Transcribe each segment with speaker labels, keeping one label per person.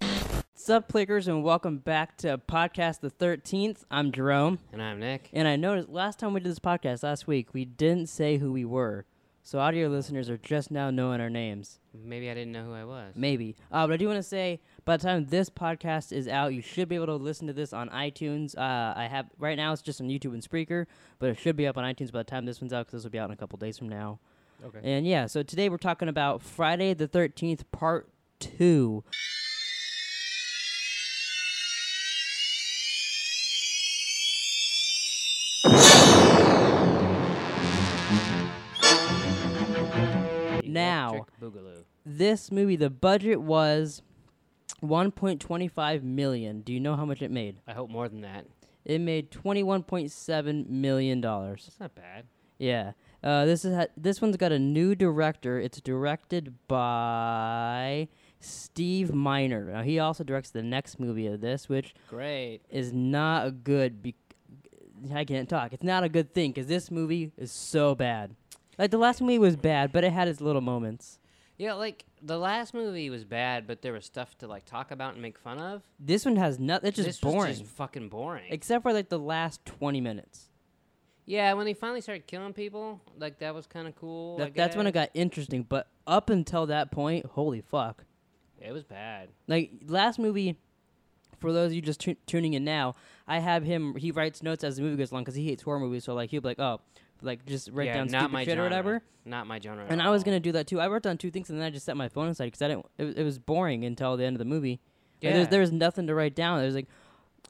Speaker 1: What's up, clickers, and welcome back to Podcast the 13th. I'm Jerome,
Speaker 2: And I'm Nick.
Speaker 1: and I noticed last time we did this podcast last week, we didn't say who we were. So, audio listeners are just now knowing our names.
Speaker 2: Maybe I didn't know who I was.
Speaker 1: Maybe. Uh, but I do want to say, by the time this podcast is out, you should be able to listen to this on iTunes. Uh, I have right now; it's just on YouTube and Spreaker, but it should be up on iTunes by the time this one's out, because this will be out in a couple days from now.
Speaker 2: Okay.
Speaker 1: And yeah, so today we're talking about Friday the 13th, part two. Now,
Speaker 2: Electric Boogaloo.
Speaker 1: this movie, the budget was 1.25 million. Do you know how much it made?
Speaker 2: I hope more than that.
Speaker 1: It made 21.7 million dollars.
Speaker 2: That's not bad.
Speaker 1: Yeah. Uh, this is ha- this one's got a new director. It's directed by Steve Miner. Now he also directs the next movie of this, which
Speaker 2: Great.
Speaker 1: is not a good. Be- I can't talk. It's not a good thing because this movie is so bad. Like the last movie was bad, but it had its little moments.
Speaker 2: Yeah, like the last movie was bad, but there was stuff to like talk about and make fun of.
Speaker 1: This one has nothing. It's just
Speaker 2: this
Speaker 1: boring,
Speaker 2: Was just fucking boring.
Speaker 1: except for like the last twenty minutes.
Speaker 2: yeah, when they finally started killing people, like that was kind of cool. Oh, I
Speaker 1: That, that's when it
Speaker 2: guess.
Speaker 1: got interesting. But up until that point, holy fuck.
Speaker 2: It was bad.
Speaker 1: Like last movie, for those of you just tu- tuning in now, I have him. He writes notes as the movie goes along because he hates horror movies. So like he'll be like, oh, like just write
Speaker 2: yeah,
Speaker 1: down
Speaker 2: not
Speaker 1: stupid
Speaker 2: my
Speaker 1: shit
Speaker 2: genre.
Speaker 1: or whatever.
Speaker 2: Not my genre. at
Speaker 1: And I was
Speaker 2: all.
Speaker 1: gonna do that too. I wrote down two things and then I just set my phone aside because I didn't. It, was- it was boring until the end of the movie. Like,
Speaker 2: Yeah.
Speaker 1: there's there's nothing to write down. There's like,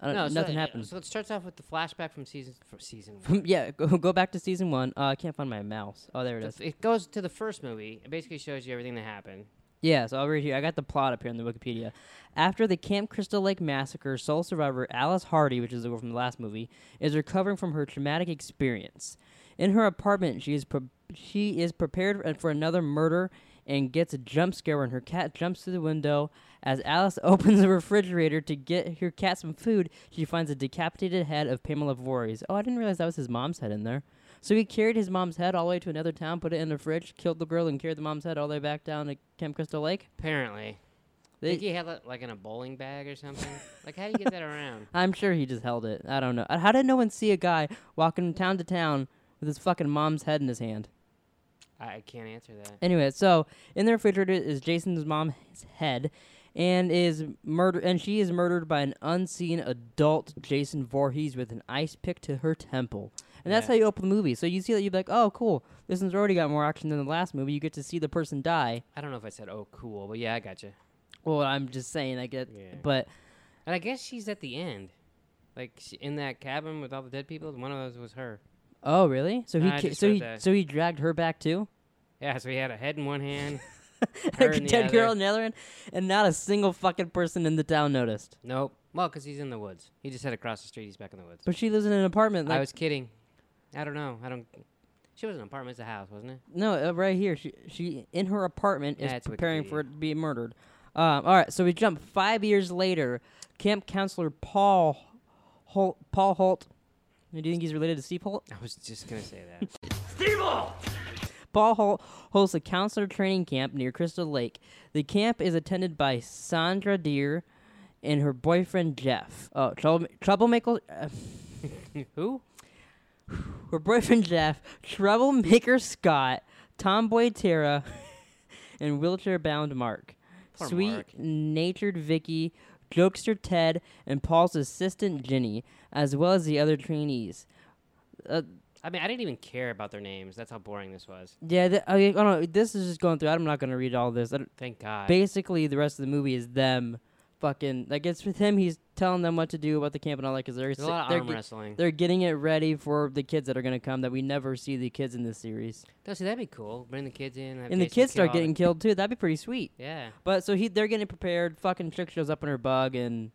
Speaker 1: I don't,
Speaker 2: No, so-
Speaker 1: nothing happened.
Speaker 2: So it starts off with the flashback from season from season. one.
Speaker 1: yeah, go, go back to season one. Uh, I can't find my mouse. Oh, there it
Speaker 2: The
Speaker 1: is.
Speaker 2: f- It goes to the first movie. It basically shows you everything that happened.
Speaker 1: Yeah, so I'll read here. I got the plot up here in the Wikipedia. After the Camp Crystal Lake massacre, sole survivor Alice Hardy, which is the girl from the last movie, is recovering from her traumatic experience. In her apartment, she is pre- she is prepared for another murder and gets a jump scare when her cat jumps through the window. As Alice opens the refrigerator to get her cat some food, she finds a decapitated head of Pamela Voorhees. Oh, I didn't realize that was his mom's head in there. So he carried his mom's head all the way to another town, put it in the fridge, killed the girl, and carried the mom's head all the way back down to Camp Crystal Lake.
Speaker 2: Apparently,
Speaker 1: They-
Speaker 2: think he had it like in a bowling bag or something. like, how do you get that around?
Speaker 1: I'm sure he just held it. I don't know. How did no one see a guy walking from town to town with his fucking mom's head in his hand?
Speaker 2: I, I can't answer that.
Speaker 1: Anyway, so in the refrigerator is Jason's mom's head, and is murder, and she is murdered by an unseen adult Jason Voorhees with an ice pick to her temple. And that's
Speaker 2: Yeah.
Speaker 1: how you open the movie. So you see that you're like, oh, cool. This one's already got more action than the last movie. You get to see the person die.
Speaker 2: I don't know if I said, "Oh, cool," but yeah, I gotcha.
Speaker 1: Well, I'm just saying, I get,
Speaker 2: Yeah.
Speaker 1: but
Speaker 2: And I guess she's at the end, like sh in that cabin with all the dead people. One of those was her.
Speaker 1: oh, really? So he,
Speaker 2: Nah, I
Speaker 1: ki-
Speaker 2: just
Speaker 1: so
Speaker 2: read
Speaker 1: he,
Speaker 2: that.
Speaker 1: so he dragged her back too.
Speaker 2: Yeah, so he had a head in one hand. Her
Speaker 1: Like a
Speaker 2: in the
Speaker 1: dead girl
Speaker 2: other.
Speaker 1: in the other end, and not a single fucking person in the town noticed.
Speaker 2: nope. Well, 'cause he's in the woods. He just had across the street. He's back in the woods.
Speaker 1: But she lives in an apartment. Like,
Speaker 2: I was kidding. I don't know. I don't. She was in an apartment. It's a house, wasn't it?
Speaker 1: no, uh, right here, she she in her apartment is
Speaker 2: That's
Speaker 1: preparing for
Speaker 2: Wikipedia.
Speaker 1: it to be murdered. Um, all right, so we jump five years later. Camp counselor Paul Holt, Paul Holt. Do you think he's related to Steve Holt?
Speaker 2: I was just gonna say that.
Speaker 1: Paul Holt hosts a counselor training camp near Crystal Lake. The camp is attended by Sandra Deer and her boyfriend Jeff. Oh, trouble, troublemaker. Uh,
Speaker 2: Who?
Speaker 1: her boyfriend Jeff, troublemaker Scott, tomboy Tara, and wheelchair bound Mark.
Speaker 2: Poor
Speaker 1: Sweet
Speaker 2: Mark.
Speaker 1: natured Vicky, jokester Ted, and Paul's assistant Ginny, as well as the other trainees.
Speaker 2: I mean, I didn't even care about their names. That's how boring this was.
Speaker 1: Yeah, th- I, I don't know. This is just going through. I'm not going to read all this. I don't-
Speaker 2: Thank God.
Speaker 1: basically, the rest of the movie is them fucking. Like, it's with him. He's telling them what to do about the camp and all that because they're,
Speaker 2: There's a lot of
Speaker 1: they're,
Speaker 2: arm
Speaker 1: ge-
Speaker 2: wrestling.
Speaker 1: they're getting it ready for the kids that are going to come that we never see the kids in this series.
Speaker 2: No, oh, see, that'd be cool. Bring the kids in. have
Speaker 1: and the kids
Speaker 2: Jason kill
Speaker 1: start
Speaker 2: all the-
Speaker 1: getting killed too. That'd be pretty sweet.
Speaker 2: Yeah.
Speaker 1: But so he, they're getting prepared. Fucking chick shows up in her bug, and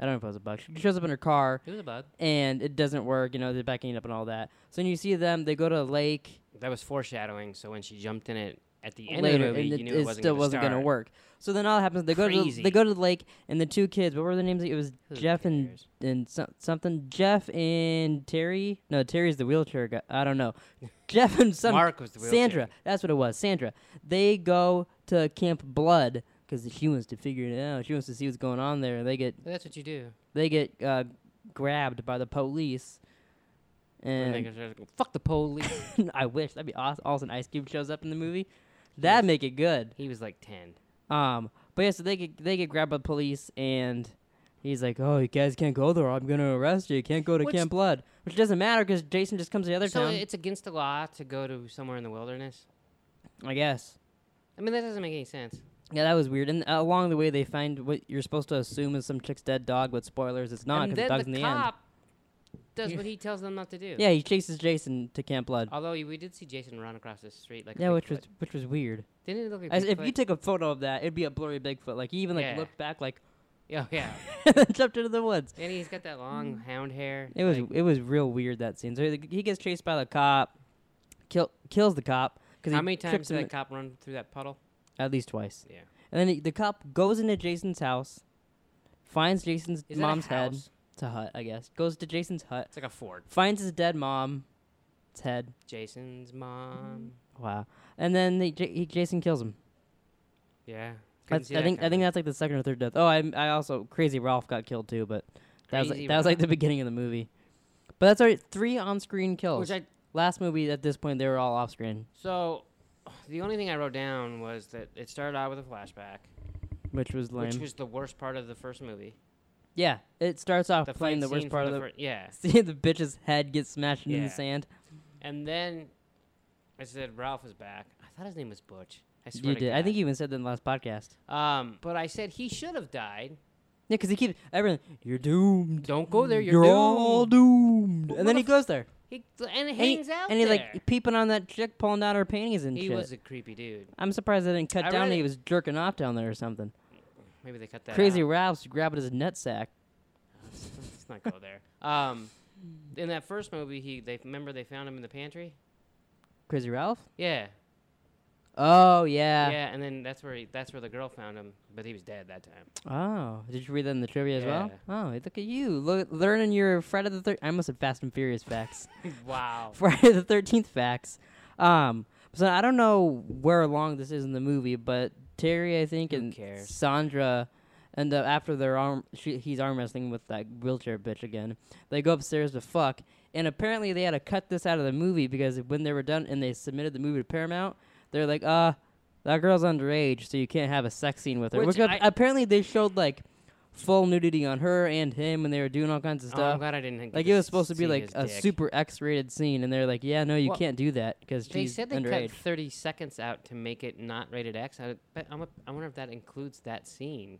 Speaker 1: I don't know if it was a bug. She shows up in her car,
Speaker 2: It was a bug.
Speaker 1: and it doesn't work. You know, they're backing up and all that. So then you see them. They go to a lake
Speaker 2: That was foreshadowing. So when she jumped in it at the end
Speaker 1: later,
Speaker 2: of the
Speaker 1: and
Speaker 2: movie, you
Speaker 1: it,
Speaker 2: knew it,
Speaker 1: it
Speaker 2: wasn't
Speaker 1: still
Speaker 2: gonna
Speaker 1: wasn't
Speaker 2: start.
Speaker 1: gonna work. So then all that happens. They go to the, they
Speaker 2: Crazy.
Speaker 1: go to the lake, and the two kids. What were their names? It was
Speaker 2: Who
Speaker 1: Jeff and
Speaker 2: cares?
Speaker 1: and so, something. Jeff and Terry. No, Terry's the wheelchair guy. I don't know. Jeff and some
Speaker 2: Mark was the wheelchair.
Speaker 1: Sandra. That's what it was. Sandra. They go to Camp Blood 'cause because she wants to figure it out. She wants to see what's going on there. They get
Speaker 2: That's what you do.
Speaker 1: they get uh, grabbed by the police.
Speaker 2: And
Speaker 1: And
Speaker 2: they can just go, fuck the police.
Speaker 1: I wish that'd be awesome. All of a sudden, Ice Cube shows up in the movie. That'd make it good.
Speaker 2: he was like ten.
Speaker 1: Um, but yeah, so they get they get grabbed by the police, and he's like, "Oh, you guys can't go there. I'm gonna arrest you. You can't go to
Speaker 2: Which-
Speaker 1: Camp Blood." Which doesn't matter because Jason just comes to the other
Speaker 2: So
Speaker 1: town.
Speaker 2: it's against the law to go to somewhere in the wilderness.
Speaker 1: I guess.
Speaker 2: I mean, that doesn't make any sense.
Speaker 1: Yeah, that was weird. And uh, along the way, they find what you're supposed to assume is some chick's dead dog, but spoilers, it's not
Speaker 2: and
Speaker 1: because the
Speaker 2: then
Speaker 1: dog's
Speaker 2: the
Speaker 1: in the end.
Speaker 2: cop does
Speaker 1: Yeah.
Speaker 2: what he tells them not to do.
Speaker 1: Yeah, he chases Jason to Camp Blood.
Speaker 2: Although we did see Jason run across the street like. a
Speaker 1: yeah, which
Speaker 2: Oh, Bigfoot.
Speaker 1: was which was weird.
Speaker 2: Didn't it look like
Speaker 1: As if you
Speaker 2: Bigfoot?
Speaker 1: took a photo of that, it'd be a blurry Bigfoot. Like he even like
Speaker 2: Yeah.
Speaker 1: looked back, like
Speaker 2: Yeah, yeah.
Speaker 1: jumped into the woods.
Speaker 2: and he's got that long hound hair.
Speaker 1: It was
Speaker 2: like-
Speaker 1: it was real weird that scene. So he he gets chased by the cop, kill kills the cop because
Speaker 2: How many times
Speaker 1: trips
Speaker 2: did
Speaker 1: him
Speaker 2: that cop run through that puddle?
Speaker 1: at least twice.
Speaker 2: Yeah.
Speaker 1: And then he, the cop goes into Jason's house, finds Jason's
Speaker 2: Is that a
Speaker 1: mom's head.
Speaker 2: house?
Speaker 1: It's a hut, I guess. Goes to Jason's hut,
Speaker 2: It's like a Ford.
Speaker 1: finds his dead mom's head.
Speaker 2: Jason's mom.
Speaker 1: Wow. And then they, J- he, Jason kills him.
Speaker 2: Yeah. Couldn't
Speaker 1: That's,
Speaker 2: see
Speaker 1: I
Speaker 2: that
Speaker 1: think I
Speaker 2: coming.
Speaker 1: think that's like the second or third death. Oh, I I also Crazy Ralph got killed too, but that was
Speaker 2: Crazy
Speaker 1: like, that was like
Speaker 2: Ralph.
Speaker 1: the beginning of the movie. But that's already three on-screen kills.
Speaker 2: Which I
Speaker 1: Last movie at this point they were all off-screen,
Speaker 2: so the only thing I wrote down was that it started out with a flashback,
Speaker 1: which was lame.
Speaker 2: which was the worst part of the first movie.
Speaker 1: yeah, it starts off
Speaker 2: The
Speaker 1: playing
Speaker 2: fight
Speaker 1: the
Speaker 2: scene
Speaker 1: worst
Speaker 2: from
Speaker 1: part of the.
Speaker 2: fir- yeah,
Speaker 1: See the bitch's head get smashed into
Speaker 2: Yeah.
Speaker 1: the sand.
Speaker 2: and then I said Ralph is back. I thought his name was Butch. I swear
Speaker 1: You
Speaker 2: to
Speaker 1: did. I
Speaker 2: God.
Speaker 1: think you even said that in the last podcast.
Speaker 2: Um, but I said he should have died.
Speaker 1: Yeah, because he keeps everyone. You're doomed.
Speaker 2: Don't go there. You're,
Speaker 1: You're,
Speaker 2: doomed.
Speaker 1: all doomed.
Speaker 2: What
Speaker 1: and then he
Speaker 2: motherf-
Speaker 1: goes there.
Speaker 2: He and it
Speaker 1: And he-
Speaker 2: hangs out
Speaker 1: And he's
Speaker 2: there.
Speaker 1: like peeping on that chick, pulling down her panties and
Speaker 2: he
Speaker 1: shit.
Speaker 2: was a creepy dude.
Speaker 1: I'm surprised they didn't cut
Speaker 2: I
Speaker 1: down.
Speaker 2: read
Speaker 1: that He
Speaker 2: it-
Speaker 1: was jerking off down there or something.
Speaker 2: Maybe they cut that.
Speaker 1: Crazy
Speaker 2: out.
Speaker 1: Ralph's grabbing his nutsack.
Speaker 2: Let's not go there. Um, in that first movie, he they remember they found him in the pantry.
Speaker 1: Crazy Ralph?
Speaker 2: Yeah,
Speaker 1: Oh yeah.
Speaker 2: yeah, and then that's where he, that's where the girl found him, but he was dead that time.
Speaker 1: Oh, did you read that in the trivia as
Speaker 2: Yeah.
Speaker 1: well? Oh, look at you Lo- learning your Friday the Thirteenth. I almost said Fast and Furious facts.
Speaker 2: wow.
Speaker 1: Friday the Thirteenth facts. Um, so I don't know where along this is in the movie, but Terry, I think,
Speaker 2: Who
Speaker 1: and
Speaker 2: cares?
Speaker 1: Sandra end up after their arm. She, he's arm wrestling with that wheelchair bitch again. They go upstairs to fuck, and apparently they had to cut this out of the movie because when they were done and they submitted the movie to Paramount, they're like, uh, that girl's underage, so you can't have a sex scene with her.
Speaker 2: Which
Speaker 1: Which ap-
Speaker 2: I-
Speaker 1: apparently they showed like full nudity on her and him, and they were doing all kinds of
Speaker 2: Oh, I'm
Speaker 1: stuff.
Speaker 2: glad I didn't. get
Speaker 1: Like it was
Speaker 2: s-
Speaker 1: supposed to be
Speaker 2: see
Speaker 1: like
Speaker 2: his
Speaker 1: a
Speaker 2: dick.
Speaker 1: super X-rated scene, and they're like, "Yeah, no, you
Speaker 2: Well,
Speaker 1: can't do that because
Speaker 2: They
Speaker 1: she's
Speaker 2: said they
Speaker 1: underage."
Speaker 2: cut 30 seconds out to make it not rated X. I, but I'm a, I wonder if that includes that scene.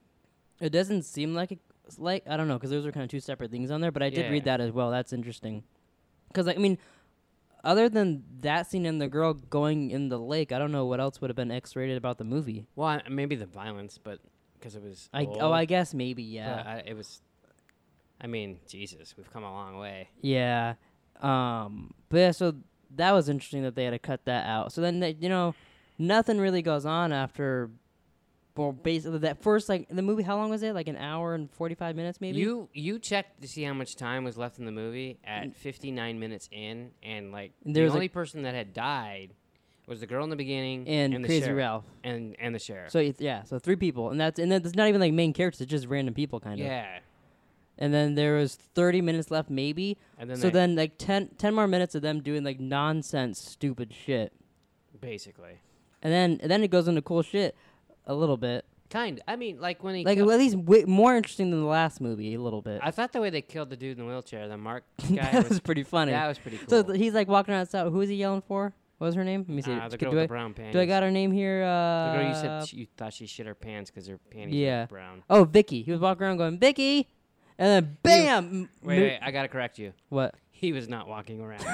Speaker 1: It doesn't seem like it, like I don't know because those are kind of two separate things on there. But I did read
Speaker 2: Yeah.
Speaker 1: that as well. That's interesting. Because I mean, other than that scene and the girl going in the lake, I don't know what else would have been X-rated about the movie.
Speaker 2: Well, I- maybe the violence, but because it was.
Speaker 1: I
Speaker 2: old,
Speaker 1: oh, I guess maybe
Speaker 2: but
Speaker 1: yeah,
Speaker 2: I, it was. I mean, Jesus, we've come a long way.
Speaker 1: yeah. Um, but yeah, so that was interesting that they had to cut that out. So then they, you know, nothing really goes on after. Well, basically, that first like the movie. How long was it? Like an hour and forty-five minutes, maybe.
Speaker 2: You you checked to see how much time was left in the movie at 59 minutes in, and like
Speaker 1: Mm. And
Speaker 2: the
Speaker 1: there was,
Speaker 2: only
Speaker 1: like-
Speaker 2: person that had died was the girl in the beginning
Speaker 1: and,
Speaker 2: the
Speaker 1: Crazy
Speaker 2: sheriff,
Speaker 1: Ralph.
Speaker 2: and and the sheriff.
Speaker 1: So it's, yeah, so three people, and that's and then it's not even like main characters, it's just random people kind of.
Speaker 2: yeah,
Speaker 1: And then there was thirty minutes left, maybe.
Speaker 2: and then
Speaker 1: so
Speaker 2: they-
Speaker 1: then like 10, 10 more minutes of them doing like nonsense, stupid shit,
Speaker 2: basically
Speaker 1: and then and then it goes into cool shit a little bit,
Speaker 2: kind. I mean, like when he
Speaker 1: like
Speaker 2: killed-
Speaker 1: at least w- more interesting than the last movie a little bit.
Speaker 2: I thought the way they killed the dude in the wheelchair, the Mark guy,
Speaker 1: that
Speaker 2: was,
Speaker 1: was pretty funny.
Speaker 2: that was pretty cool.
Speaker 1: So th- he's like walking outside. Who is he yelling for? What was her name? Let me see.
Speaker 2: Ah, the
Speaker 1: Do
Speaker 2: girl with
Speaker 1: I-
Speaker 2: the brown pants.
Speaker 1: do I got her name here?
Speaker 2: The
Speaker 1: Uh,
Speaker 2: girl you said she, you thought she shit her pants because her panties
Speaker 1: yeah.
Speaker 2: were brown.
Speaker 1: oh, Vicky. He was walking around going Vicky, and then bam. m-
Speaker 2: Wait,
Speaker 1: mo-
Speaker 2: wait, I gotta correct you.
Speaker 1: What?
Speaker 2: He was not walking around.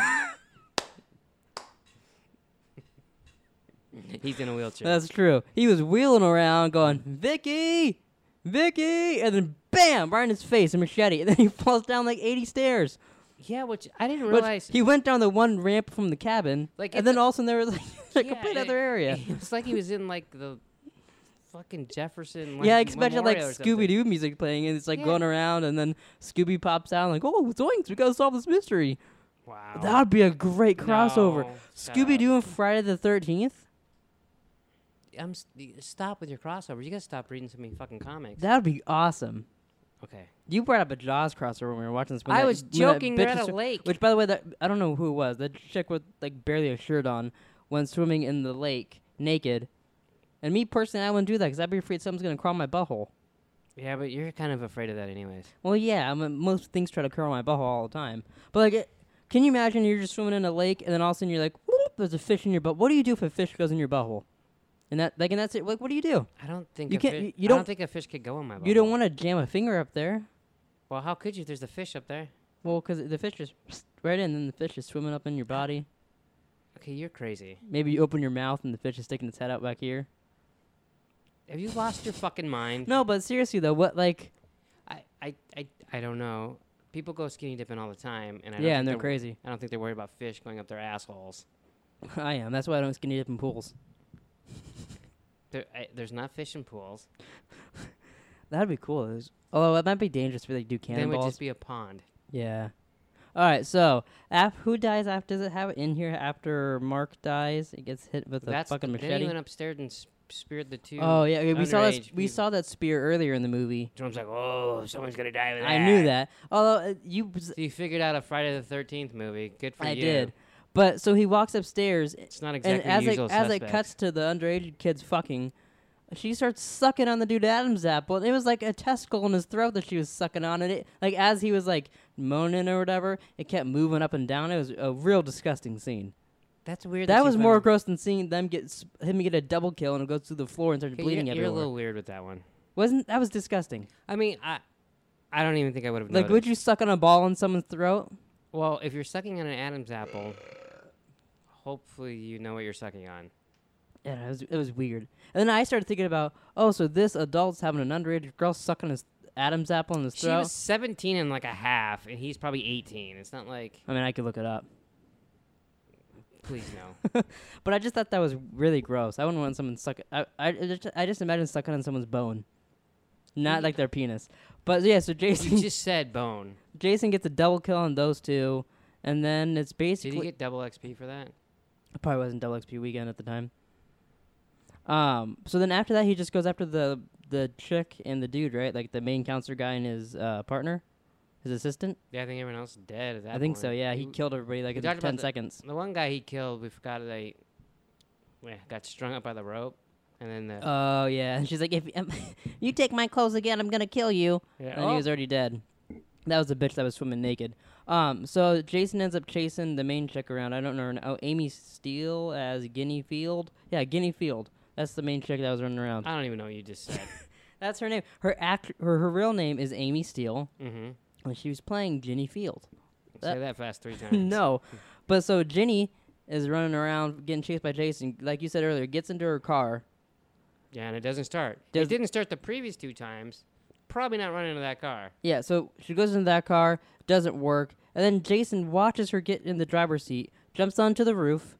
Speaker 2: He's in a wheelchair.
Speaker 1: That's true. He was wheeling around going, Vicky! Vicky! And then bam! Right in his face, a machete. And then he falls down like 80 stairs.
Speaker 2: yeah, which I didn't
Speaker 1: Which
Speaker 2: realize.
Speaker 1: he went down the one ramp from the cabin.
Speaker 2: Like,
Speaker 1: and
Speaker 2: it's
Speaker 1: then all of a sudden there was like a
Speaker 2: Yeah,
Speaker 1: complete
Speaker 2: it-
Speaker 1: other area.
Speaker 2: it's like he was in like the fucking Jefferson. Like,
Speaker 1: yeah, I expected like
Speaker 2: Memorial or something.
Speaker 1: Scooby Doo music playing, and it's like
Speaker 2: Yeah.
Speaker 1: going around, and then Scooby pops out, like, oh, zoinks, we gotta solve this mystery.
Speaker 2: Wow.
Speaker 1: That would be a great crossover.
Speaker 2: No, shut
Speaker 1: Scooby Doo and Friday the 13th?
Speaker 2: up. I'm s- y- stop with your crossovers. You gotta stop reading so many fucking comics.
Speaker 1: That would be awesome.
Speaker 2: okay.
Speaker 1: You brought up a Jaws crossover when we were watching this. when
Speaker 2: I
Speaker 1: that-
Speaker 2: was
Speaker 1: when that
Speaker 2: joking. You're
Speaker 1: bitch
Speaker 2: at
Speaker 1: is-
Speaker 2: a lake.
Speaker 1: Which, by the way, that I don't know who it was. That chick with like barely a shirt on, when swimming in the lake naked. And me personally, I wouldn't do that because I'd be afraid something's gonna crawl my butthole.
Speaker 2: yeah, but you're kind of afraid of that, anyways.
Speaker 1: Well, yeah, I mean, most things try to curl my butthole all the time. But like, it, can you imagine you're just swimming in a lake and then all of a sudden you're like, whoop, there's a fish in your butt. What do you do if a fish goes in your butthole? And that like, and that's it. Like, what do you do?
Speaker 2: I don't think
Speaker 1: You
Speaker 2: a
Speaker 1: can't-
Speaker 2: Fish,
Speaker 1: you- you
Speaker 2: I don't
Speaker 1: don't-
Speaker 2: think a fish could go in my. Bubble.
Speaker 1: You don't want to jam a finger up there.
Speaker 2: Well, how could you? There's a fish up there.
Speaker 1: Well, because the fish is right in, and then the fish is swimming up in your body.
Speaker 2: Okay, you're crazy.
Speaker 1: Maybe you open your mouth and the fish is sticking its head out back here.
Speaker 2: Have you lost your fucking mind?
Speaker 1: No, but seriously though, what like?
Speaker 2: I, I, I, I don't know. People go skinny dipping all the time, and I don't
Speaker 1: Yeah,
Speaker 2: think
Speaker 1: and they're
Speaker 2: wor-
Speaker 1: crazy.
Speaker 2: I don't think they're worried about fish going up their assholes.
Speaker 1: I am. That's why I don't skinny dip in pools.
Speaker 2: There, I, there's not fish in pools.
Speaker 1: That'd be cool. It was- although it might be dangerous if they do
Speaker 2: Then it would
Speaker 1: cannonballs.
Speaker 2: just be a pond.
Speaker 1: Yeah. All right. So, af- who dies after? Does it have it in here after Mark dies? It gets hit with a
Speaker 2: That's
Speaker 1: fucking
Speaker 2: Then he
Speaker 1: machete.
Speaker 2: went upstairs and s- speared the two.
Speaker 1: Oh yeah, okay, we saw that.
Speaker 2: underage
Speaker 1: s- We
Speaker 2: people.
Speaker 1: saw that spear earlier in the movie.
Speaker 2: Drum's like, oh, someone's gonna die with that.
Speaker 1: I knew that. Although uh, you,
Speaker 2: So you figured out a Friday the Thirteenth movie. Good for
Speaker 1: I
Speaker 2: you.
Speaker 1: did. But so he walks upstairs,
Speaker 2: It's not
Speaker 1: and
Speaker 2: exactly
Speaker 1: as it
Speaker 2: usual
Speaker 1: as it
Speaker 2: suspects.
Speaker 1: cuts to the underage kids fucking, she starts sucking on the dude Adam's apple. And it was like a testicle in his throat that she was sucking on, and it like as he was like moaning or whatever, it kept moving up and down. It was a real disgusting scene.
Speaker 2: That's weird.
Speaker 1: That
Speaker 2: you
Speaker 1: was more
Speaker 2: found-
Speaker 1: gross than seeing them get s- him get a double kill and it goes through the floor and starts
Speaker 2: Okay,
Speaker 1: bleeding
Speaker 2: you're, you're
Speaker 1: everywhere.
Speaker 2: a little weird with that one.
Speaker 1: Wasn't that was disgusting?
Speaker 2: I mean, I, I don't even think I would have.
Speaker 1: Like, would you suck on a ball in someone's throat?
Speaker 2: Well, if you're sucking on an Adam's apple, hopefully you know what you're sucking on.
Speaker 1: Yeah, it was it was weird. And then I started thinking about oh, so this adult's having an underage girl sucking his Adam's apple in his
Speaker 2: She
Speaker 1: throat.
Speaker 2: was 17 and like a half, and he's probably 18. It's not like,
Speaker 1: I mean, I could look it up,
Speaker 2: please no.
Speaker 1: but I just thought that was really gross. I wouldn't want someone suck. I I just, I just imagine sucking on someone's bone, not like their penis. But yeah, so Jason
Speaker 2: Mm. you just said bone.
Speaker 1: Jason gets a double kill on those two, and then it's
Speaker 2: Did
Speaker 1: basically
Speaker 2: he get double XP for that?
Speaker 1: It probably wasn't double XP weekend at the time. Um. So then after that, he just goes after the the chick and the dude, right? Like the main counselor guy and his uh, partner, his assistant.
Speaker 2: Yeah, I think everyone else is dead at that
Speaker 1: I think so.
Speaker 2: point.
Speaker 1: Yeah, he
Speaker 2: w-
Speaker 1: killed everybody like
Speaker 2: we
Speaker 1: in
Speaker 2: talked about
Speaker 1: ten
Speaker 2: the-
Speaker 1: seconds.
Speaker 2: The one guy he killed, we forgot that he yeah, got strung up by the rope. And then the.
Speaker 1: Oh yeah, and she's like, if um, you take my clothes again, I'm gonna kill you.
Speaker 2: yeah, oh,
Speaker 1: And he was already dead. That was the bitch that was swimming naked. Um. So Jason ends up chasing the main chick around. I don't know. her n- Oh, Amy Steele as Guinea Field. Yeah, Guinea Field. That's the main chick that was running around.
Speaker 2: I don't even know what you just said.
Speaker 1: That's her name. Her act, her, her real name is Amy Steele,
Speaker 2: mm-hmm.
Speaker 1: and she was playing Ginny Field.
Speaker 2: Say that fast three times.
Speaker 1: no, but so Ginny is running around getting chased by Jason, like you said earlier. Gets into her car.
Speaker 2: Yeah, and it doesn't start.
Speaker 1: Does-
Speaker 2: it didn't start the previous two times. Probably not running into that car.
Speaker 1: Yeah, so she goes into that car, doesn't work, and then Jason watches her get in the driver's seat, jumps onto the roof,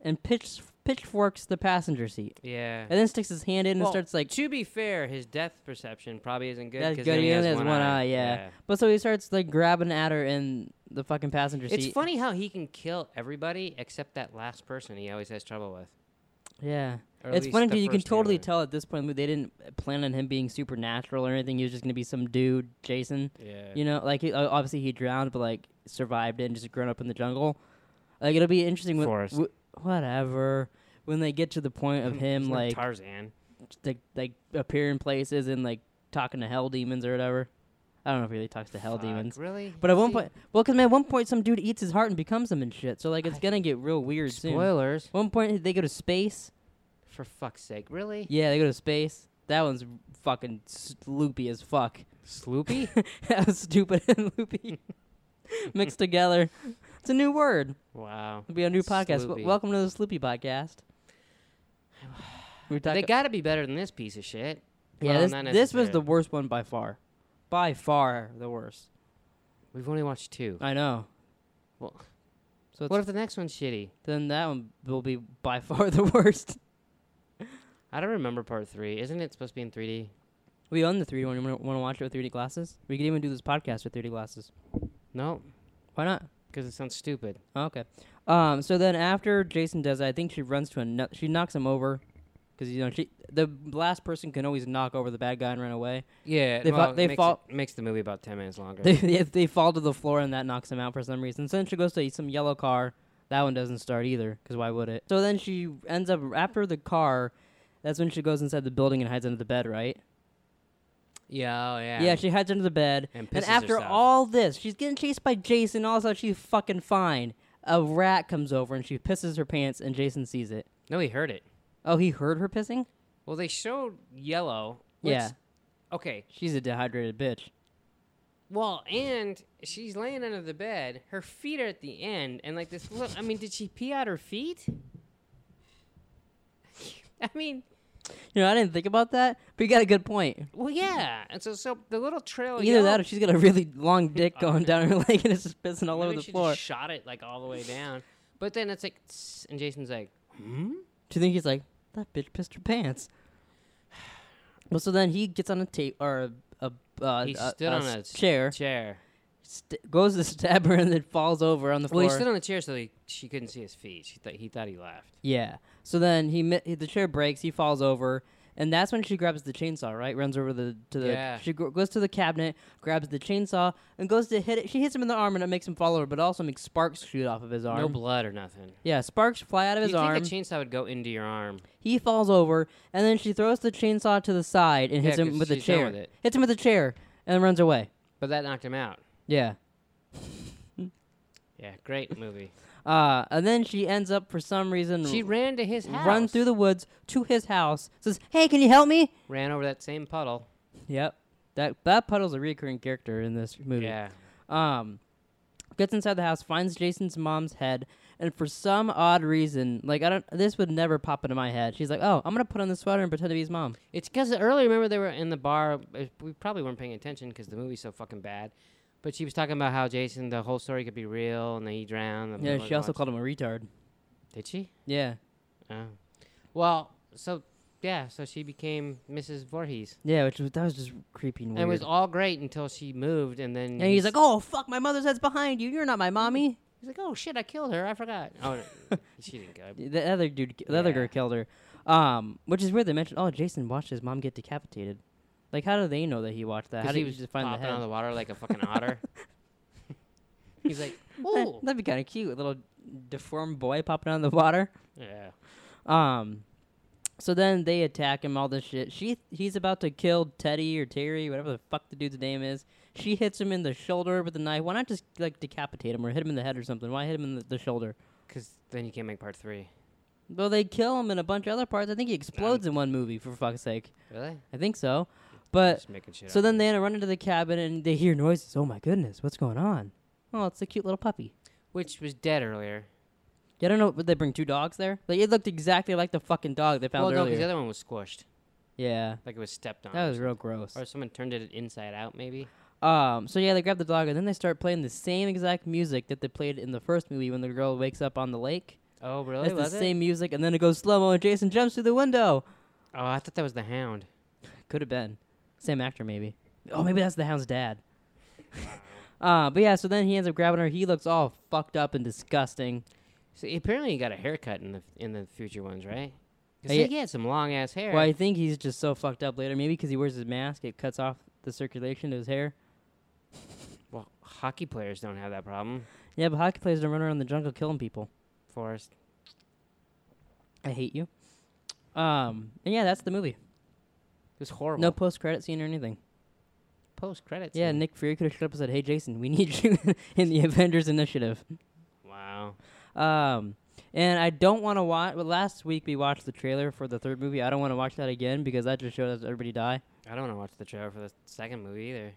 Speaker 1: and pitch pitchforks the passenger seat,
Speaker 2: Yeah.
Speaker 1: and then sticks his hand in
Speaker 2: Well,
Speaker 1: and starts like
Speaker 2: To be fair, his depth perception probably isn't good.
Speaker 1: that's
Speaker 2: 'cause
Speaker 1: good.
Speaker 2: He
Speaker 1: He
Speaker 2: has
Speaker 1: only has one, eye, yeah. But so he starts like grabbing at her in the fucking passenger
Speaker 2: It's
Speaker 1: seat.
Speaker 2: funny how he can kill everybody except that last person. He always has trouble with.
Speaker 1: Yeah.
Speaker 2: Or at
Speaker 1: It's
Speaker 2: least
Speaker 1: funny
Speaker 2: the
Speaker 1: because you can
Speaker 2: first
Speaker 1: totally
Speaker 2: two.
Speaker 1: tell at this point in the movie they didn't plan on him being supernatural or anything. He was just going to be some dude, Jason.
Speaker 2: Yeah.
Speaker 1: You know, like he, uh, obviously he drowned, but like survived it and just grown up in the jungle. Like it'll be interesting when
Speaker 2: Forrest.
Speaker 1: w- whatever when they get to the point of him
Speaker 2: He's
Speaker 1: like
Speaker 2: Tarzan.
Speaker 1: like like appearing places and like talking to hell demons or whatever. I don't know if he really talks to hell
Speaker 2: Fuck,
Speaker 1: demons,
Speaker 2: Really?
Speaker 1: but at one
Speaker 2: See,
Speaker 1: point, well, because at one point some dude eats his heart and becomes him and shit. So like it's
Speaker 2: I-
Speaker 1: gonna get real weird soon. At
Speaker 2: spoilers.
Speaker 1: one point they go to space.
Speaker 2: For fuck's sake, really?
Speaker 1: Yeah, they go to space. That one's fucking s- loopy as fuck.
Speaker 2: Sloopy?
Speaker 1: that was stupid and loopy mixed together. It's a new word.
Speaker 2: wow.
Speaker 1: It'll be a new podcast. W-
Speaker 2: Sloopy.
Speaker 1: welcome to the Sloopy podcast. We We're
Speaker 2: They
Speaker 1: talking.
Speaker 2: got Oh, to be better than this piece of shit.
Speaker 1: yeah,
Speaker 2: well,
Speaker 1: this,
Speaker 2: not
Speaker 1: this was the
Speaker 2: necessarily.
Speaker 1: worst one by far. By far the worst.
Speaker 2: We've only watched two.
Speaker 1: I know.
Speaker 2: Well,
Speaker 1: So it's,
Speaker 2: What if the next one's shitty?
Speaker 1: then that one will be by far the worst.
Speaker 2: I don't remember part three. Isn't it supposed to be in 3D?
Speaker 1: We own the 3D one. You want to watch it with 3D glasses? We could even do this podcast with 3D glasses.
Speaker 2: No,
Speaker 1: Why not?
Speaker 2: because it sounds stupid.
Speaker 1: Oh, Okay. Um. So then after Jason does that, I think she runs to a. No- she knocks him over, because you know she, the last person can always knock over the bad guy and run away.
Speaker 2: Yeah,
Speaker 1: They fa-
Speaker 2: well, it
Speaker 1: they
Speaker 2: makes
Speaker 1: fall-
Speaker 2: it- makes the movie about ten minutes longer.
Speaker 1: They if they fall to the floor and that knocks them out for some reason. So then she goes to some yellow car. That one doesn't start either because why would it? So then she ends up after the car. That's when she goes inside the building and hides under the bed, right?
Speaker 2: yeah, oh, yeah.
Speaker 1: Yeah, she hides under the bed.
Speaker 2: And pisses
Speaker 1: after
Speaker 2: herself.
Speaker 1: all this, she's getting chased by Jason. All of a sudden, she's fucking fine. A rat comes over and she pisses her pants, and Jason sees it.
Speaker 2: no, he heard it.
Speaker 1: Oh, he heard her pissing?
Speaker 2: Well, they showed yellow. Which,
Speaker 1: Yeah.
Speaker 2: Okay.
Speaker 1: She's a dehydrated bitch.
Speaker 2: Well, and she's laying under the bed. Her feet are at the end, and like this. Look, I mean, did she pee out her feet? I mean,
Speaker 1: You know, I didn't think about that, but you got a good point.
Speaker 2: well, yeah. And so, so the little trail. of
Speaker 1: Either
Speaker 2: yellow,
Speaker 1: that or she's got a really long dick going down her leg and it's just pissing all
Speaker 2: Oh, maybe
Speaker 1: over the
Speaker 2: she
Speaker 1: floor.
Speaker 2: Just shot it like all the way down. But then it's like, tss, and Jason's like, hmm.
Speaker 1: Do you think he's like, that bitch pissed her pants? Well, so then he gets on a tape or a, a, uh,
Speaker 2: He
Speaker 1: a,
Speaker 2: stood
Speaker 1: a
Speaker 2: on a
Speaker 1: s- chair,
Speaker 2: Chair.
Speaker 1: st- goes to stab her, and then falls over on the
Speaker 2: Well,
Speaker 1: floor.
Speaker 2: he stood on the chair so he, she couldn't see his feet. She thought he thought he left.
Speaker 1: Yeah. So then he mi- the chair breaks. He falls over, and that's when she grabs the chainsaw. Right, runs over the to the.
Speaker 2: Yeah.
Speaker 1: She gr- goes to the cabinet, grabs the chainsaw, and goes to hit it. She hits him in the arm, and it makes him fall over, but also makes sparks shoot off of his arm.
Speaker 2: No blood or nothing.
Speaker 1: yeah, sparks fly out of
Speaker 2: Do
Speaker 1: his
Speaker 2: you
Speaker 1: arm.
Speaker 2: think a chainsaw would go into your arm?
Speaker 1: he falls over, and then she throws the chainsaw to the side and hits
Speaker 2: Yeah,
Speaker 1: him
Speaker 2: 'cause
Speaker 1: with the
Speaker 2: she's done
Speaker 1: chair.
Speaker 2: with it.
Speaker 1: Hits him with the chair, and then runs away.
Speaker 2: But that knocked him out.
Speaker 1: Yeah.
Speaker 2: Yeah, great movie.
Speaker 1: Uh, and then she ends up for some reason
Speaker 2: she ran to his house.
Speaker 1: run through the woods to his house. Says, "Hey, can you help me?"
Speaker 2: Ran over that same puddle.
Speaker 1: Yep. That that puddle's a recurring character in this movie.
Speaker 2: Yeah.
Speaker 1: Um gets inside the house, finds Jason's mom's head, and for some odd reason, like I don't this would never pop into my head. She's like, "Oh, I'm going to put on the sweater and pretend to be his mom."
Speaker 2: It's because earlier, remember, they were in the bar. uh, We probably weren't paying attention because the movie's so fucking bad. But she was talking about how Jason, the whole story could be real, and then he drowned. and
Speaker 1: Yeah,
Speaker 2: blah,
Speaker 1: she
Speaker 2: blah,
Speaker 1: also
Speaker 2: blah.
Speaker 1: called him a retard.
Speaker 2: Did she?
Speaker 1: Yeah.
Speaker 2: Oh. Well, so, yeah, so she became Mrs. Voorhees.
Speaker 1: Yeah, which was that was just creepy and
Speaker 2: And it
Speaker 1: weird.
Speaker 2: was all great until she moved, and then.
Speaker 1: and he's like, "Oh, fuck, my mother's head's behind you. You're not my mommy."
Speaker 2: he's like, oh shit, I killed her. I forgot. Oh, no, she didn't go.
Speaker 1: The other dude, the other girl
Speaker 2: Yeah.
Speaker 1: killed her. Um, which is weird. They mentioned, "Oh, Jason watched his mom get decapitated." Like, how do they know that he watched that? How
Speaker 2: Because
Speaker 1: do
Speaker 2: he
Speaker 1: you
Speaker 2: was
Speaker 1: just
Speaker 2: just
Speaker 1: find the
Speaker 2: popping
Speaker 1: head?
Speaker 2: out of the water like a fucking otter. He's like,
Speaker 1: Eh,
Speaker 2: ooh.
Speaker 1: That'd be kind of cute, a little deformed boy popping out of the water.
Speaker 2: yeah.
Speaker 1: Um, so then they attack him. All this shit. She he's about to kill Teddy or Terry, whatever the fuck the dude's name is. She hits him in the shoulder with a knife. Why not just like decapitate him or hit him in the head or something? Why hit him in the, the shoulder?
Speaker 2: Because then you can't make part three.
Speaker 1: Well, they kill him in a bunch of other parts. I think he explodes in one movie for fuck's sake.
Speaker 2: Really?
Speaker 1: I think so. But
Speaker 2: Just making shit
Speaker 1: so
Speaker 2: up.
Speaker 1: then they end up running to the cabin and they hear noises. Oh my goodness, what's going on? Oh, it's the cute little puppy.
Speaker 2: Which was dead earlier.
Speaker 1: Yeah, I don't know. Would they bring two dogs there? Like it looked exactly like the fucking dog they found
Speaker 2: well, no,
Speaker 1: earlier.
Speaker 2: because the other one was squished.
Speaker 1: yeah,
Speaker 2: Like it was stepped on.
Speaker 1: that was real gross.
Speaker 2: or someone turned it inside out, maybe.
Speaker 1: Um, so yeah, they grab the dog and then they start playing the same exact music that they played in the first movie when the girl wakes up on the lake.
Speaker 2: Oh, really?
Speaker 1: That's
Speaker 2: was
Speaker 1: the
Speaker 2: it?
Speaker 1: same music, and then it goes slow mo and Jason jumps through the window.
Speaker 2: Oh, I thought that was the hound.
Speaker 1: Could have been same actor maybe. Oh, maybe that's the hound's dad. uh, but yeah, so then he ends up grabbing her. He looks all fucked up and disgusting.
Speaker 2: See, apparently, he got a haircut in the in the future ones, right? Because
Speaker 1: Hey,
Speaker 2: he had some long ass hair.
Speaker 1: Well, I think he's just so fucked up later. Maybe because he wears his mask, it cuts off the circulation to his hair.
Speaker 2: Well, hockey players don't have that problem.
Speaker 1: Yeah, but hockey players don't run around the jungle killing people.
Speaker 2: Forrest.
Speaker 1: I hate you. Um, and yeah, that's the movie.
Speaker 2: It was horrible.
Speaker 1: No post credit scene or anything.
Speaker 2: post credits.
Speaker 1: Yeah, Nick Fury could have showed up and said, "Hey, Jason, we need you in the Avengers Initiative."
Speaker 2: Wow.
Speaker 1: Um, and I don't want to watch. Well, last week we watched the trailer for the third movie. I don't want to watch that again because that just showed us everybody die.
Speaker 2: I don't want to watch the trailer for the second movie either.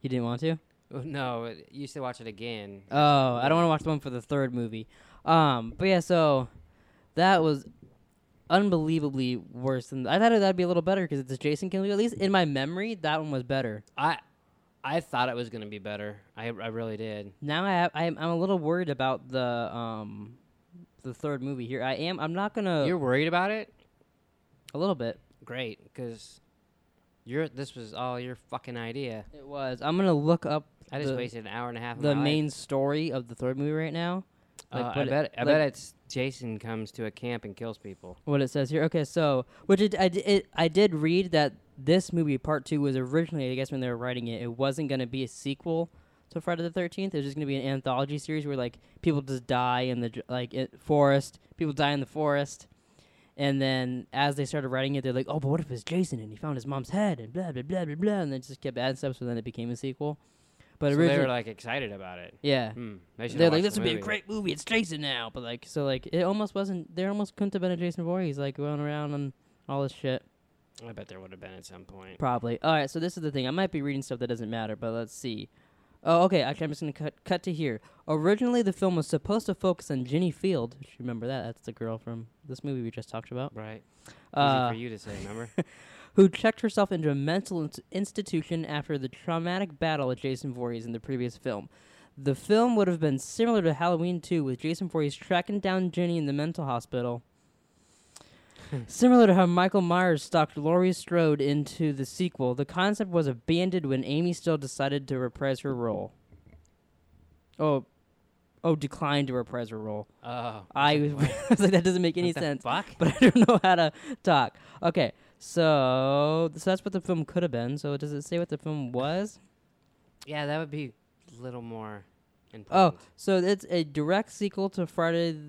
Speaker 1: You didn't want to?
Speaker 2: Oh, no, it- you should watch it again.
Speaker 1: Oh, I don't want to watch the one for the third movie. Um, but yeah, so that was unbelievably worse than I thought. That'd be a little better because it's a Jason Kennedy. At least in my memory, that one was better.
Speaker 2: I I thought it was gonna be better. I I really did.
Speaker 1: Now I have, I'm, I'm a little worried about the um the third movie here. I am. I'm not gonna
Speaker 2: You're worried about it?
Speaker 1: a little bit.
Speaker 2: Great, because you're this was all your fucking idea.
Speaker 1: It was. I'm gonna look up
Speaker 2: I just
Speaker 1: the,
Speaker 2: wasted an hour and a half. Of
Speaker 1: the
Speaker 2: my life.
Speaker 1: main story of the third movie right now.
Speaker 2: Uh,
Speaker 1: like,
Speaker 2: I
Speaker 1: what it-
Speaker 2: bet. I
Speaker 1: like-
Speaker 2: bet it's Jason comes to a camp and kills people.
Speaker 1: what it says here. Okay, so which it, I di- it, I did read that this movie part two was originally I guess when they were writing it, it wasn't going to be a sequel to Friday the Thirteenth. It was just going to be an anthology series where like people just die in the dr- like it, forest, people die in the forest, and then as they started writing it, they're like, oh, but what if it's Jason and he found his mom's head and blah blah blah blah blah, and then just kept adding stuff, so then it became a sequel. But
Speaker 2: so
Speaker 1: originally,
Speaker 2: they were like excited about it.
Speaker 1: yeah,
Speaker 2: Hmm. They should
Speaker 1: they're
Speaker 2: have
Speaker 1: like, this
Speaker 2: watched the
Speaker 1: would be a
Speaker 2: movie.
Speaker 1: great movie. It's Jason now, but like, so like, it almost wasn't. There almost couldn't have been a Jason Voorhees like going around and all this shit.
Speaker 2: I bet there would have been at some point.
Speaker 1: Probably. All right. So this is the thing. I might be reading stuff that doesn't matter, but let's see. Oh, okay. Actually, I'm just gonna cut cut to here. Originally, the film was supposed to focus on Ginny Field. If you remember that? That's the girl from this movie we just talked about.
Speaker 2: Right.
Speaker 1: Uh,
Speaker 2: Easy for you to say, remember?
Speaker 1: who checked herself into a mental ins- institution after the traumatic battle with Jason Voorhees in the previous film. The film would have been similar to Halloween 2, with Jason Voorhees tracking down Jenny in the mental hospital. similar to how Michael Myers stalked Laurie Strode into the sequel, the concept was abandoned when Amy still decided to reprise her role. Oh, oh, declined to reprise her role.
Speaker 2: oh.
Speaker 1: I was, I was like, that doesn't make any
Speaker 2: What the
Speaker 1: sense
Speaker 2: Fuck.
Speaker 1: but I don't know how to talk. Okay, so so that's what the film could have been. So does it say what the film was?
Speaker 2: Yeah, that would be a little more
Speaker 1: Oh,
Speaker 2: important.
Speaker 1: so it's a direct sequel to Friday. th-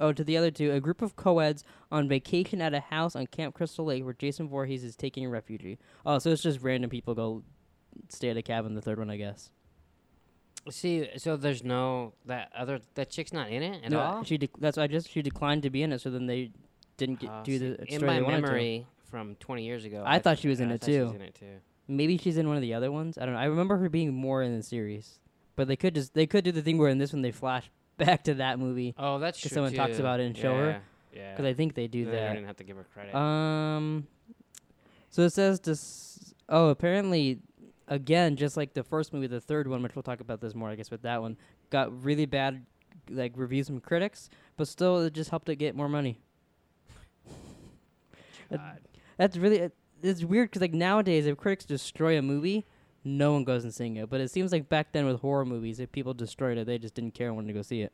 Speaker 1: oh, to the other two. A group of co-eds on vacation at a house on Camp Crystal Lake where Jason Voorhees is taking a refugee. Oh, so it's just random people go stay at a cabin. The third one, I guess. Oh.
Speaker 2: See, so there's no that other that chick's not in it at
Speaker 1: no,
Speaker 2: all.
Speaker 1: She dec that's why I just she declined to be in it. So then they didn't get,
Speaker 2: Oh,
Speaker 1: do
Speaker 2: see,
Speaker 1: the story
Speaker 2: in my
Speaker 1: they wanted to.
Speaker 2: memory from 20 years ago.
Speaker 1: I thought she was in
Speaker 2: I
Speaker 1: it
Speaker 2: thought she was
Speaker 1: too.
Speaker 2: in it too.
Speaker 1: Maybe she's in one of the other ones. I don't know. I remember her being more in the series, but they could just they could do the thing where in this one they flash back to that movie
Speaker 2: Oh, that's true.
Speaker 1: because someone talks
Speaker 2: too.
Speaker 1: about it and show her. 'Cause
Speaker 2: Yeah.
Speaker 1: because I think they do
Speaker 2: Then I
Speaker 1: that.
Speaker 2: didn't have to give her credit.
Speaker 1: Um, so it says this. Oh, apparently, again, just like the first movie, the third one, which we'll talk about this more, I guess, with that one, got really bad like reviews from critics, but still it just helped it get more money. uh,
Speaker 2: God.
Speaker 1: That's really it- it's weird because like nowadays, if critics destroy a movie, no one goes and seeing it. But it seems like back then with horror movies, if people destroyed it, they just didn't care and wanted to go see it.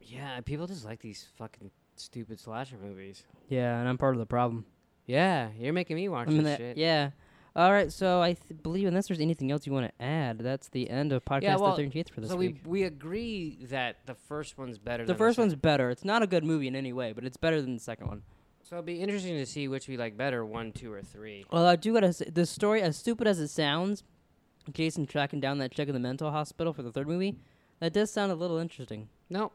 Speaker 2: yeah, people just like these fucking stupid slasher movies.
Speaker 1: Yeah, and I'm part of the problem.
Speaker 2: Yeah, you're making me watch
Speaker 1: I mean,
Speaker 2: this
Speaker 1: that,
Speaker 2: shit.
Speaker 1: yeah. All right, so I th- believe unless there's anything else you want to add, that's the end of podcast
Speaker 2: well,
Speaker 1: the 13th for this
Speaker 2: so
Speaker 1: week.
Speaker 2: we we agree that the first one's better.
Speaker 1: the
Speaker 2: than
Speaker 1: first
Speaker 2: the
Speaker 1: one's
Speaker 2: second.
Speaker 1: better. It's not a good movie in any way, but it's better than the second one.
Speaker 2: So it'll be interesting to see which we like better, one, two, or three.
Speaker 1: Well, I do gotta say, the story, as stupid as it sounds, Jason tracking down that chick in the mental hospital for the third movie, that does sound a little interesting.
Speaker 2: Nope.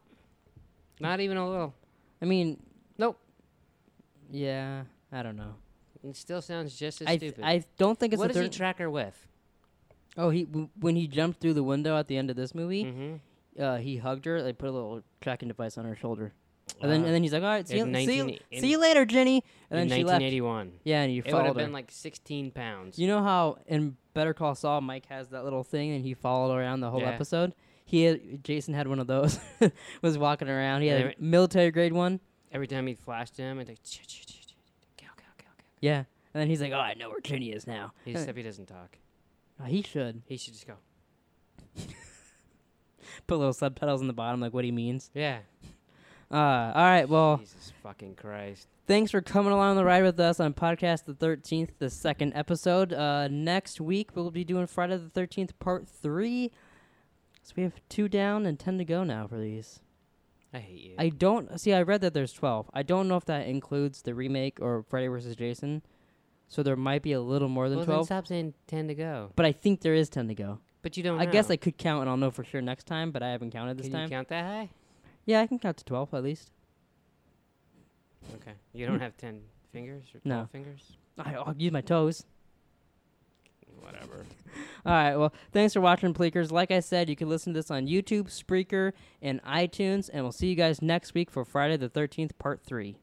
Speaker 2: Not even a little.
Speaker 1: I mean,
Speaker 2: Nope.
Speaker 1: Yeah, I don't know.
Speaker 2: It still sounds just as
Speaker 1: I th-
Speaker 2: stupid.
Speaker 1: I don't think it's
Speaker 2: what
Speaker 1: the
Speaker 2: does he
Speaker 1: third.
Speaker 2: track her with?
Speaker 1: oh, he w- when he jumped through the window at the end of this movie,
Speaker 2: Mm-hmm.
Speaker 1: uh, he hugged her. They put a little tracking device on her shoulder, and then and then he's like, "All right, see,
Speaker 2: in
Speaker 1: you, see, you-
Speaker 2: 19 in-
Speaker 1: see you later, Jenny." And
Speaker 2: in
Speaker 1: then she left.
Speaker 2: 1981,
Speaker 1: Yeah, and you
Speaker 2: it would have
Speaker 1: followed her.
Speaker 2: been like 16 pounds.
Speaker 1: you know how in Better Call Saul, Mike has that little thing, and he followed around the whole
Speaker 2: Yeah.
Speaker 1: episode. He had, Jason had one of those. was walking around. He had
Speaker 2: Yeah,
Speaker 1: a military grade one.
Speaker 2: Every time he flashed him, and like, "Ch- ch- ch- ch- ch- go, go, go, go."
Speaker 1: Yeah, and then he's like, "Oh, I know where Jenny is now."
Speaker 2: He- Except he doesn't talk.
Speaker 1: Oh, he should
Speaker 2: He should just go.
Speaker 1: put little subtitles on the bottom, like what he means.
Speaker 2: Yeah.
Speaker 1: Uh, all right. Well,
Speaker 2: Jesus fucking Christ.
Speaker 1: thanks for coming along the ride with us on podcast the 13th, the second episode. Uh, next week, we'll be doing Friday the 13th, part three. So we have two down and 10 to go now for these.
Speaker 2: I hate you.
Speaker 1: I don't see, I read that there's 12. I don't know if that includes the remake or Friday versus Jason. So there might be a little more than
Speaker 2: well, then
Speaker 1: 12.
Speaker 2: stop saying 10 to go.
Speaker 1: But I think there is 10 to go.
Speaker 2: But you don't.
Speaker 1: I guess
Speaker 2: know.
Speaker 1: I could count and I'll know for sure next time, but I haven't counted this
Speaker 2: Oh, Can
Speaker 1: time.
Speaker 2: you count that high?
Speaker 1: Yeah, I can count to 12 at least.
Speaker 2: Okay. You don't have 10 fingers or 12
Speaker 1: No.
Speaker 2: fingers.
Speaker 1: I, I'll use my toes.
Speaker 2: Whatever.
Speaker 1: All right. Well, thanks for watching, Pleakers. Like I said, you can listen to this on YouTube, Spreaker, and iTunes. And we'll see you guys next week for Friday the 13th, Part 3.